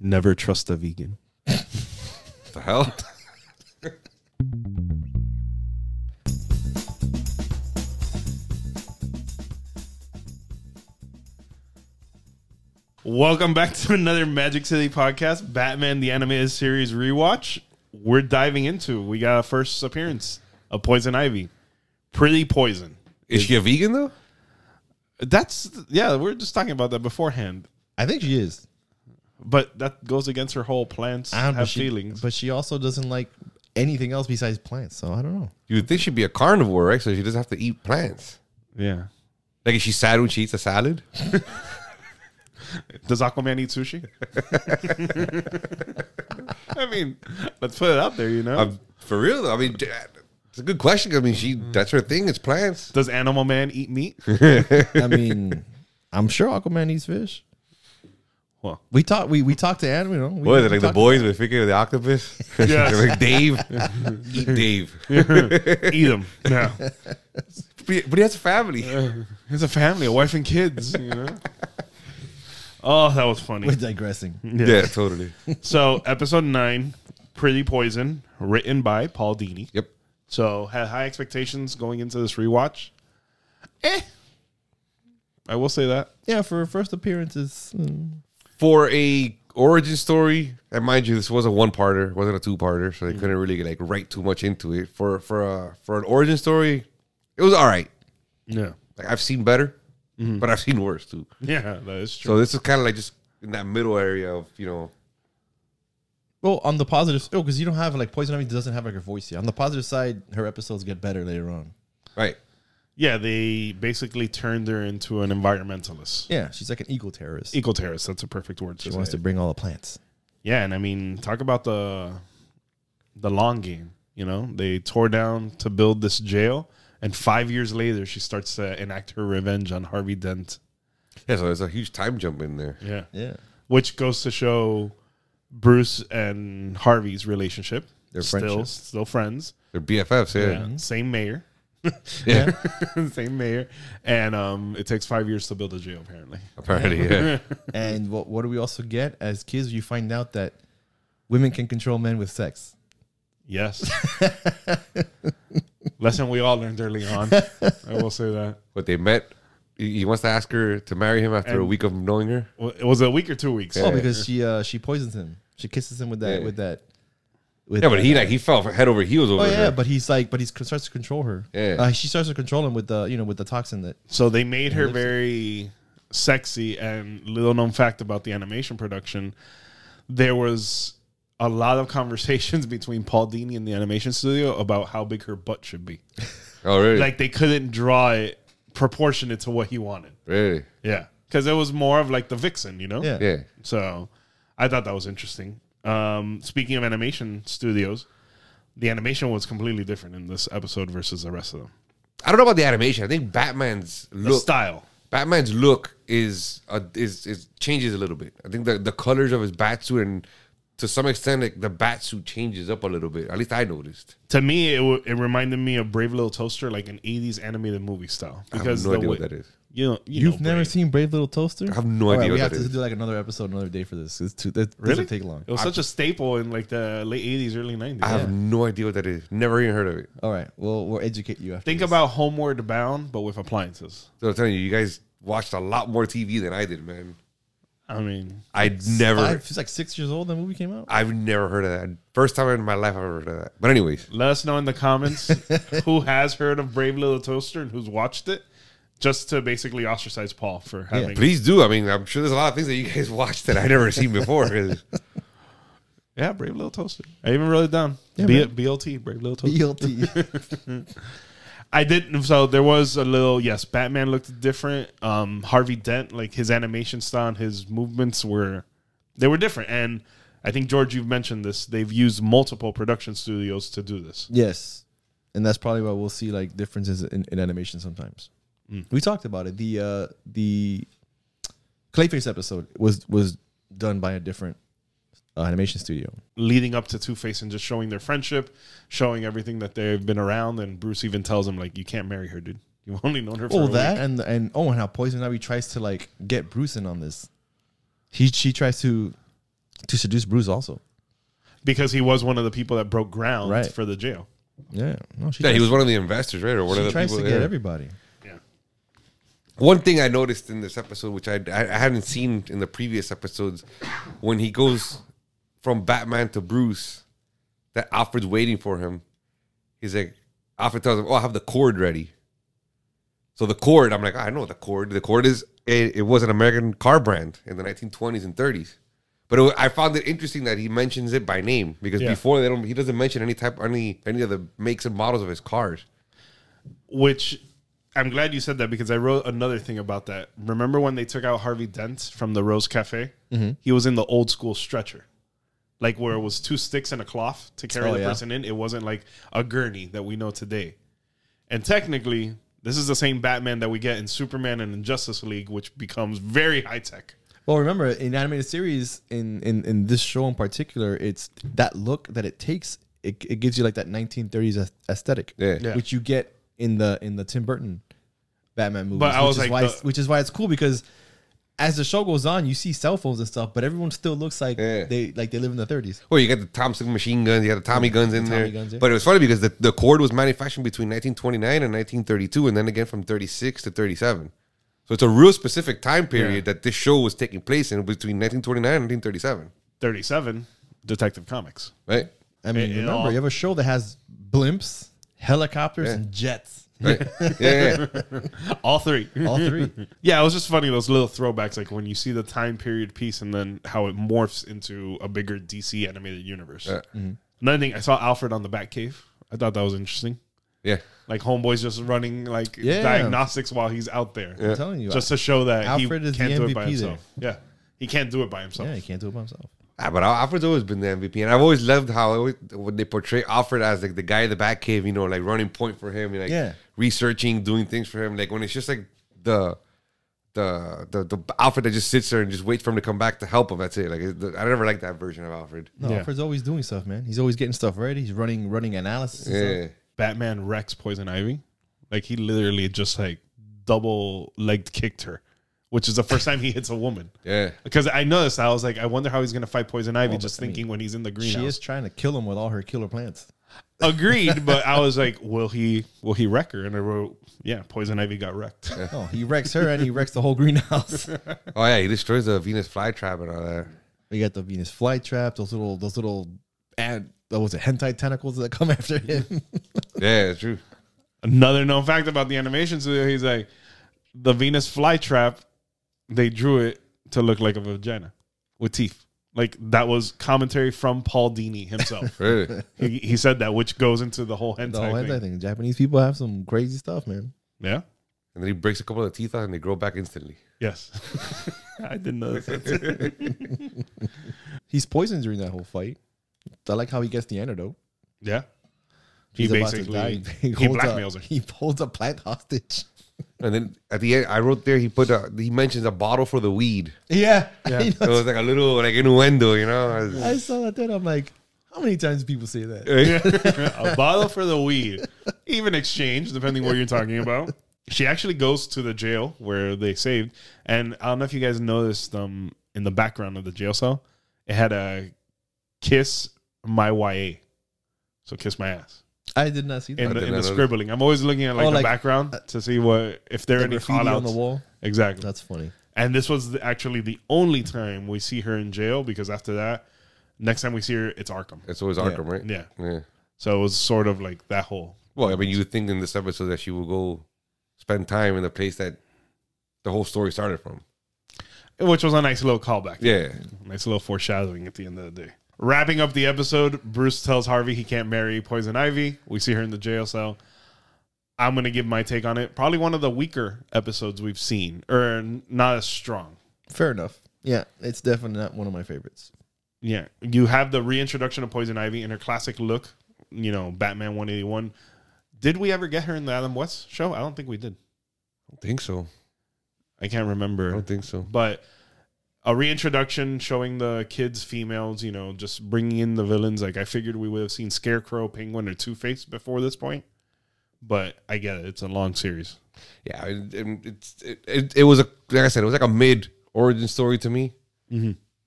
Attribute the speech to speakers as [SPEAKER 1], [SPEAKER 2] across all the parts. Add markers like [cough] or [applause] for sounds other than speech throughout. [SPEAKER 1] Never trust a vegan.
[SPEAKER 2] the hell? [laughs]
[SPEAKER 1] Welcome back to another Magic City podcast, Batman the Animated Series rewatch. We're diving into. We got a first appearance of Poison Ivy, pretty poison.
[SPEAKER 2] Is she a vegan though?
[SPEAKER 1] That's yeah. We are just talking about that beforehand,
[SPEAKER 3] I think she is.
[SPEAKER 1] but that goes against her whole plants
[SPEAKER 3] I don't know,
[SPEAKER 1] have
[SPEAKER 3] she-
[SPEAKER 1] feelings.
[SPEAKER 3] Ah, but she also doesn't like anything else besides plants. So I don't know.
[SPEAKER 2] You would think she'd be a carnivore, right? So she doesn't have to eat plants.
[SPEAKER 1] yeah.
[SPEAKER 2] Like, is she sad when she eats a salad? [laughs]
[SPEAKER 1] Does Aquaman eat sushi? [laughs] I mean, let's put it out there. You know.
[SPEAKER 2] Um, for real though. I mean, d- it's a good question. 'cause I mean, she that's her thing. It's plants.
[SPEAKER 1] Does Animal Man eat
[SPEAKER 3] [laughs]
[SPEAKER 1] meat?
[SPEAKER 3] I mean, I'm sure Aquaman eats fish.
[SPEAKER 1] Well,
[SPEAKER 3] We talked. We we talked to Adam. You know, we,
[SPEAKER 2] What
[SPEAKER 3] we
[SPEAKER 2] is it, like the
[SPEAKER 3] talked-
[SPEAKER 2] boys with figure of the [laughs] octopus?
[SPEAKER 1] Yes.
[SPEAKER 2] like Dave, [laughs] eat Dave.
[SPEAKER 1] eat
[SPEAKER 3] [laughs]
[SPEAKER 1] them. No,
[SPEAKER 2] But he, but he has a [laughs] family.
[SPEAKER 1] it's a family, a wife and kids. You know. [laughs] Oh, that was funny.
[SPEAKER 3] We're digressing.
[SPEAKER 2] Yeah, totally.
[SPEAKER 1] So, episode nine, Pretty Poison, written by Paul Dini.
[SPEAKER 2] Yep.
[SPEAKER 1] So, had high expectations going into this rewatch. Eh, I will say that.
[SPEAKER 3] Yeah, for her first appearances, mm,
[SPEAKER 2] For a origin story, and mind you, this was a one-parter, wasn't a two-parter, so they couldn't really like write too much into it. For for a for an origin story, it was all right.
[SPEAKER 1] Yeah,
[SPEAKER 2] Like I've seen better, but I've seen worse too.
[SPEAKER 1] yeah, that is true.
[SPEAKER 2] So this is kind of like just in that middle area of you know.
[SPEAKER 3] well, on the positive, oh, because you don't have like Poison Ivy doesn't have like her voice yet. On the positive side, her episodes get better later on.
[SPEAKER 2] Right.
[SPEAKER 1] Yeah, they basically turned her into an environmentalist,
[SPEAKER 3] Yeah, she's like an eco terrorist.
[SPEAKER 1] eco terrorist. That's a perfect word. To
[SPEAKER 3] She
[SPEAKER 1] say.
[SPEAKER 3] wants to bring all the plants.
[SPEAKER 1] Yeah, and I mean, talk about the the long game. You know, they tore down to build this jail, and five years later, she starts to enact her revenge on Harvey Dent.
[SPEAKER 2] Yeah. So there's a huge time jump in there.
[SPEAKER 1] Yeah,
[SPEAKER 3] Yeah,
[SPEAKER 1] which goes to show Bruce and Harvey's relationship.
[SPEAKER 3] Their
[SPEAKER 1] still
[SPEAKER 3] friendship.
[SPEAKER 1] still friends.
[SPEAKER 2] They're BFFs. Yeah.
[SPEAKER 1] Yeah, same mayor,
[SPEAKER 2] Yeah.
[SPEAKER 1] [laughs] same mayor, and um, it takes five years to build a jail. Apparently,
[SPEAKER 2] Apparently, yeah.
[SPEAKER 3] and what what do we also get as kids? You find out that women can control men with sex.
[SPEAKER 1] yes. Lesson we all learned early on. I will say that.
[SPEAKER 2] But they met. He he wants to ask her to marry him after a
[SPEAKER 1] And-
[SPEAKER 2] week of knowing her.
[SPEAKER 1] Well, it was a week or two weeks.
[SPEAKER 3] Oh, because she uh she poisons him. She kisses him with that
[SPEAKER 2] Yeah.
[SPEAKER 3] with that. With
[SPEAKER 2] Yeah, but he
[SPEAKER 3] that-
[SPEAKER 2] like he fell head over heels over
[SPEAKER 3] Oh
[SPEAKER 2] her.
[SPEAKER 3] yeah, but he's like, but he starts to control her.
[SPEAKER 2] Yeah.
[SPEAKER 3] uh, she starts to control him with the you know with the toxin that.
[SPEAKER 1] So they made her very sexy. And little known fact about the animation production, there was a lot of conversations [laughs] between Paul Dini and the animation studio about how big her butt should be.
[SPEAKER 2] oh really?
[SPEAKER 1] Like they couldn't draw it proportionate to what he wanted.
[SPEAKER 2] really?
[SPEAKER 1] Yeah, because it was more of like the vixen, you know.
[SPEAKER 3] Yeah.
[SPEAKER 2] Yeah.
[SPEAKER 1] So I thought that was interesting. Um, speaking of animation studios, the animation was completely different in this episode versus the rest of them.
[SPEAKER 2] I don't know about the animation. I think Batman's
[SPEAKER 1] The
[SPEAKER 2] look.
[SPEAKER 1] style.
[SPEAKER 2] Batman's look is uh, is is changes a little bit. I think the the colors of his batsuit and to some extent like the batsuit changes up a little bit. At least I noticed.
[SPEAKER 1] to me, it, w- it reminded me of Brave Little Toaster, like an '80s animated movie style. Because
[SPEAKER 2] I have no
[SPEAKER 1] the
[SPEAKER 2] idea
[SPEAKER 1] way,
[SPEAKER 2] what that is.
[SPEAKER 1] You know, you
[SPEAKER 3] You've
[SPEAKER 1] know
[SPEAKER 3] never
[SPEAKER 1] Brave.
[SPEAKER 3] seen Brave Little Toaster?
[SPEAKER 2] I have no idea
[SPEAKER 3] we
[SPEAKER 2] what
[SPEAKER 3] have
[SPEAKER 2] that
[SPEAKER 3] to
[SPEAKER 2] is.
[SPEAKER 3] do like another episode another day for this. It's too that
[SPEAKER 1] Really?
[SPEAKER 3] doesn't take long.
[SPEAKER 1] It was such a staple in like the late '80s, early '90s.
[SPEAKER 2] I have no idea what that is. Never even heard of it.
[SPEAKER 3] All right, we'll we'll educate you after.
[SPEAKER 1] Think about Homeward Bound, but with appliances.
[SPEAKER 2] So I'm telling you, you guys watched a lot more TV than I did, man.
[SPEAKER 1] I mean,
[SPEAKER 2] I'd never,
[SPEAKER 3] Five, she's like six years old. That movie came out.
[SPEAKER 2] I've never heard of that. First time in my life I've ever heard of that. But anyways,
[SPEAKER 1] let us know in the
[SPEAKER 3] [laughs]
[SPEAKER 1] comments who has heard of Brave Little Toaster and who's watched it, just to basically ostracize Paul for having. Yeah,
[SPEAKER 2] please do. I mean, I'm sure there's a lot of things that you guys [laughs] watched that I never seen before. [laughs]
[SPEAKER 1] Brave Little Toaster. I even wrote it down.
[SPEAKER 3] Yeah,
[SPEAKER 1] B-
[SPEAKER 3] man.
[SPEAKER 1] BLT, Brave Little
[SPEAKER 3] [laughs]
[SPEAKER 1] Toaster.
[SPEAKER 3] [laughs] Guilty.
[SPEAKER 1] I didn't. So there was a little. Yes, Batman looked different. Um, Harvey Dent, like his animation style, and his movements were, they were different. And I think George, you've mentioned this. They've used multiple production studios to do this.
[SPEAKER 3] yes, and that's probably why we'll see like differences in, in animation sometimes. We talked about it. The uh the Clayface episode was was done by a different uh, animation studio.
[SPEAKER 1] leading up to Two Face and just showing their friendship, showing everything that they've been around. And Bruce even tells him like, "You can't marry her, dude. You've only known her for
[SPEAKER 3] Oh,
[SPEAKER 1] a
[SPEAKER 3] that
[SPEAKER 1] week."
[SPEAKER 3] and and oh, and how Poison Ivy tries to like get Bruce in on this. He she tries to to seduce Bruce also.
[SPEAKER 1] because he was one of the people that broke ground
[SPEAKER 3] Right.
[SPEAKER 1] for the jail.
[SPEAKER 3] Yeah, no, she
[SPEAKER 2] Yeah, he
[SPEAKER 3] tries-
[SPEAKER 2] was one of the investors, right? Or one of
[SPEAKER 3] she
[SPEAKER 2] the
[SPEAKER 3] tries
[SPEAKER 2] people.
[SPEAKER 3] to get
[SPEAKER 2] yeah.
[SPEAKER 3] everybody.
[SPEAKER 1] Yeah.
[SPEAKER 2] One thing I noticed in this episode, which I, I I hadn't seen in the previous episodes, when he goes from Batman to Bruce, that Alfred's waiting for him. He's like, Alfred tells him, "Oh, I have the cord ready." So the cord, I'm like, I know the cord. The cord is it, it was an American car brand in the 1920s and 30s. But it, wa- I found it interesting that he mentions it by name because
[SPEAKER 1] Yeah.
[SPEAKER 2] before they don't, he doesn't mention any type, any any of the makes and models of his cars.
[SPEAKER 1] Which I'm glad you said that because I wrote another thing about that. Remember when they took out Harvey Dent from the Rose Cafe?
[SPEAKER 3] Mm-hmm.
[SPEAKER 1] He was in the old school stretcher. Like where it was two sticks and a cloth to carry
[SPEAKER 3] Oh,
[SPEAKER 1] the
[SPEAKER 3] yeah.
[SPEAKER 1] person in. It wasn't like a gurney that we know today. And technically, this is the same Batman that we get in Superman and in Justice League, which becomes very high tech.
[SPEAKER 3] Well, remember in animated series, in in in this show in particular, it's that look that it takes. It, it gives you like that 1930s aes- aesthetic,
[SPEAKER 2] Yeah. Yeah.
[SPEAKER 3] which you get in the in the Tim Burton Batman movies.
[SPEAKER 1] But I
[SPEAKER 3] which
[SPEAKER 1] was
[SPEAKER 3] is
[SPEAKER 1] like
[SPEAKER 3] why
[SPEAKER 1] the-
[SPEAKER 3] it's- which is why it's cool because as the show goes on, you see cell phones and stuff, but everyone still looks like
[SPEAKER 2] Yeah.
[SPEAKER 3] they like they live in the 30s.
[SPEAKER 2] Well, you got the Thompson machine guns, you got the Tommy guns in
[SPEAKER 3] Tommy
[SPEAKER 2] there.
[SPEAKER 3] guns, yeah.
[SPEAKER 2] But it was funny because the, the cord was manufactured between 1929 and 1932, and then again from 36 to 37. So it's a real specific time period that this show was taking place in between 1929 and 1937,
[SPEAKER 1] 37, Detective Comics.
[SPEAKER 2] right?
[SPEAKER 3] I mean,
[SPEAKER 1] it
[SPEAKER 3] remember
[SPEAKER 1] all-
[SPEAKER 3] you have a show that has blimps, helicopters, and
[SPEAKER 1] [laughs]
[SPEAKER 3] jets.
[SPEAKER 2] Right. yeah,
[SPEAKER 3] [laughs]
[SPEAKER 2] yeah, yeah.
[SPEAKER 1] All three. [laughs]
[SPEAKER 3] All three.
[SPEAKER 1] Yeah, it was just funny those little throwbacks, like when you see the time period piece and then how it morphs into a bigger DC animated universe.
[SPEAKER 2] Yeah.
[SPEAKER 3] Mm-hmm.
[SPEAKER 1] Another thing, I saw Alfred on the Batcave. I thought that was interesting.
[SPEAKER 2] Yeah.
[SPEAKER 1] Like homeboys just running like
[SPEAKER 3] Yeah.
[SPEAKER 1] diagnostics while he's out there,
[SPEAKER 3] I'm telling you,
[SPEAKER 1] just to show that
[SPEAKER 3] Alfred
[SPEAKER 1] he
[SPEAKER 3] is
[SPEAKER 1] can't
[SPEAKER 3] the
[SPEAKER 1] do it by
[SPEAKER 3] MVP there.
[SPEAKER 1] himself. Yeah, he can't do it by himself.
[SPEAKER 3] yeah, you can't do it by himself.
[SPEAKER 2] Ah, but Al- Alfred's always been the MVP, and I've always loved how I always, when they portray Alfred as like the guy in the back cave, you know, like running point for him, and like
[SPEAKER 3] Yeah.
[SPEAKER 2] researching, doing things for him. Like when it's just like the the the, the Alfred that just sits there and just waits for him to come back to help him. That's it. Like it- I never liked that version of Alfred.
[SPEAKER 3] No,
[SPEAKER 1] Yeah.
[SPEAKER 3] Alfred's always doing stuff, man. He's always getting stuff ready. He's running running analysis. and stuff.
[SPEAKER 2] Yeah,
[SPEAKER 1] Batman wrecks Poison Ivy. Like he literally just like double legged kicked her, which is the first time he hits a woman.
[SPEAKER 2] yeah.
[SPEAKER 1] Because I noticed, I was like, I wonder how he's gonna fight Poison Ivy. just thinking when he's in the greenhouse.
[SPEAKER 3] She is trying to kill him with all her killer plants.
[SPEAKER 1] Agreed, but I
[SPEAKER 3] [laughs]
[SPEAKER 1] was like, will he? Will he wreck her? And I wrote, yeah, Poison Ivy got wrecked.
[SPEAKER 3] Oh, he wrecks her and he wrecks the
[SPEAKER 1] [laughs]
[SPEAKER 3] whole greenhouse.
[SPEAKER 2] Oh yeah, he destroys the Venus flytrap and all that.
[SPEAKER 3] we got the Venus flytrap, those little those little ad that was it, hentai tentacles that come [laughs]
[SPEAKER 1] [laughs]
[SPEAKER 3] after him.
[SPEAKER 2] Yeah, it's true.
[SPEAKER 1] Another known fact about the animation studio, he's like, the Venus flytrap, they drew it to look like a vagina with teeth. Like that was commentary from Paul Dini
[SPEAKER 3] [laughs]
[SPEAKER 1] himself.
[SPEAKER 2] Really.
[SPEAKER 1] he, he said that, which goes into the whole hentai,
[SPEAKER 3] the whole
[SPEAKER 1] thing.
[SPEAKER 3] hentai thing. Japanese people have some crazy stuff, man.
[SPEAKER 1] Yeah.
[SPEAKER 2] And then he breaks a couple of teeth out and they grow back instantly.
[SPEAKER 1] Yes.
[SPEAKER 3] [laughs]
[SPEAKER 1] I didn't know this.
[SPEAKER 3] He's poisoned during that whole fight. I like how he gets the antidote.
[SPEAKER 1] Yeah. He
[SPEAKER 3] He's about to
[SPEAKER 1] basically
[SPEAKER 3] die. [laughs]
[SPEAKER 1] he,
[SPEAKER 3] holds a-
[SPEAKER 1] blackmails her.
[SPEAKER 3] He holds a plant hostage.
[SPEAKER 2] And then at the end, I wrote there he put a, he mentions a bottle for the weed.
[SPEAKER 3] Yeah. [laughs] I,
[SPEAKER 2] So it was like a little like innuendo, you know.
[SPEAKER 3] I saw that then. I'm like, how many times do people say that?
[SPEAKER 1] a bottle for the weed, even exchange, depending what you're talking about. She actually goes to the jail where they saved, and I don't know if you guys noticed um in the background of the jail cell, it had a kiss my YA, so kiss my ass
[SPEAKER 3] I did not see that.
[SPEAKER 1] in the,
[SPEAKER 2] didn't
[SPEAKER 1] in the
[SPEAKER 2] notice.
[SPEAKER 1] scribbling. I'm always looking at like
[SPEAKER 3] Oh,
[SPEAKER 1] the
[SPEAKER 3] like,
[SPEAKER 1] background to see what if there are
[SPEAKER 3] The
[SPEAKER 1] any
[SPEAKER 3] graffiti on the
[SPEAKER 1] fallouts.
[SPEAKER 3] wall.
[SPEAKER 1] Exactly,
[SPEAKER 3] That's funny.
[SPEAKER 1] and this was the, actually the only time we see her in jail because after that, next time we see her, it's Arkham.
[SPEAKER 2] It's always Arkham, right?
[SPEAKER 1] Yeah,
[SPEAKER 2] Yeah.
[SPEAKER 1] so it was sort of like that whole
[SPEAKER 2] Well, I mean, you would think in this episode that she will go spend time in the place that the whole story started from.
[SPEAKER 1] which was a nice little callback.
[SPEAKER 2] Yeah.
[SPEAKER 1] Nice little foreshadowing at the end of the day. Wrapping up the episode, Bruce tells Harvey he can't marry Poison Ivy. We see her in the jail cell. I'm going to give my take on it. Probably one of the weaker episodes we've seen, or n- not as strong.
[SPEAKER 3] Fair enough. Yeah, it's definitely not one of my favorites.
[SPEAKER 1] Yeah. You have the reintroduction of Poison Ivy in her classic look, you know, Batman 181. Did we ever get her in the Adam West show? I don't think we did.
[SPEAKER 2] I don't think so.
[SPEAKER 1] I can't remember.
[SPEAKER 2] I don't think so.
[SPEAKER 1] but a reintroduction showing the kids females you know just bringing in the villains like i figured we would have seen scarecrow penguin or two-face before this point but i get it it's a long series
[SPEAKER 2] Yeah. It, it- it's, it, Mm-hmm. it, it was a, like I said, it was like a mid origin story to me.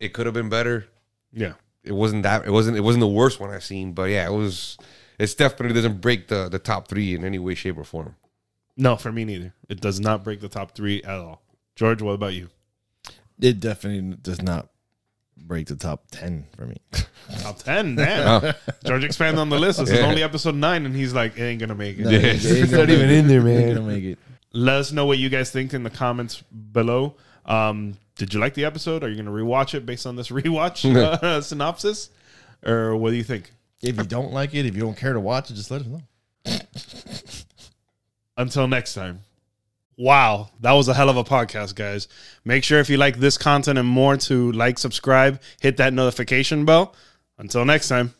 [SPEAKER 2] It could have been better.
[SPEAKER 1] Yeah.
[SPEAKER 2] It wasn't that. It wasn't. It wasn't the worst one I've seen. But yeah, it was. It's definitely doesn't break the the top three in any way, shape, or form.
[SPEAKER 1] No, for me neither. It does not break the top three at all. George, what about you?
[SPEAKER 3] It definitely does not break the top ten for [laughs] me.
[SPEAKER 1] Top ten,
[SPEAKER 2] [laughs]
[SPEAKER 1] man. George expanded on the list. This is
[SPEAKER 2] Yeah.
[SPEAKER 1] only episode nine, and he's like, it ain't gonna make [laughs] it.
[SPEAKER 3] No,
[SPEAKER 2] Yeah.
[SPEAKER 3] they- they
[SPEAKER 2] It's
[SPEAKER 3] gonna
[SPEAKER 2] not
[SPEAKER 3] make
[SPEAKER 2] even
[SPEAKER 3] it. [laughs]
[SPEAKER 2] in there,
[SPEAKER 3] They
[SPEAKER 2] man.
[SPEAKER 3] gonna make it.
[SPEAKER 1] Let us know what you guys think in the comments below. Um, did you like the episode? Are you gonna rewatch it based on this [laughs] rewatch uh, synopsis, or what do you think?
[SPEAKER 3] If you don't like it, if you don't care to watch it, just let us know.
[SPEAKER 1] until next time. Wow, that was a hell of a podcast, guys. Make sure if you like this content and more to like, subscribe, hit that notification bell. Until next time.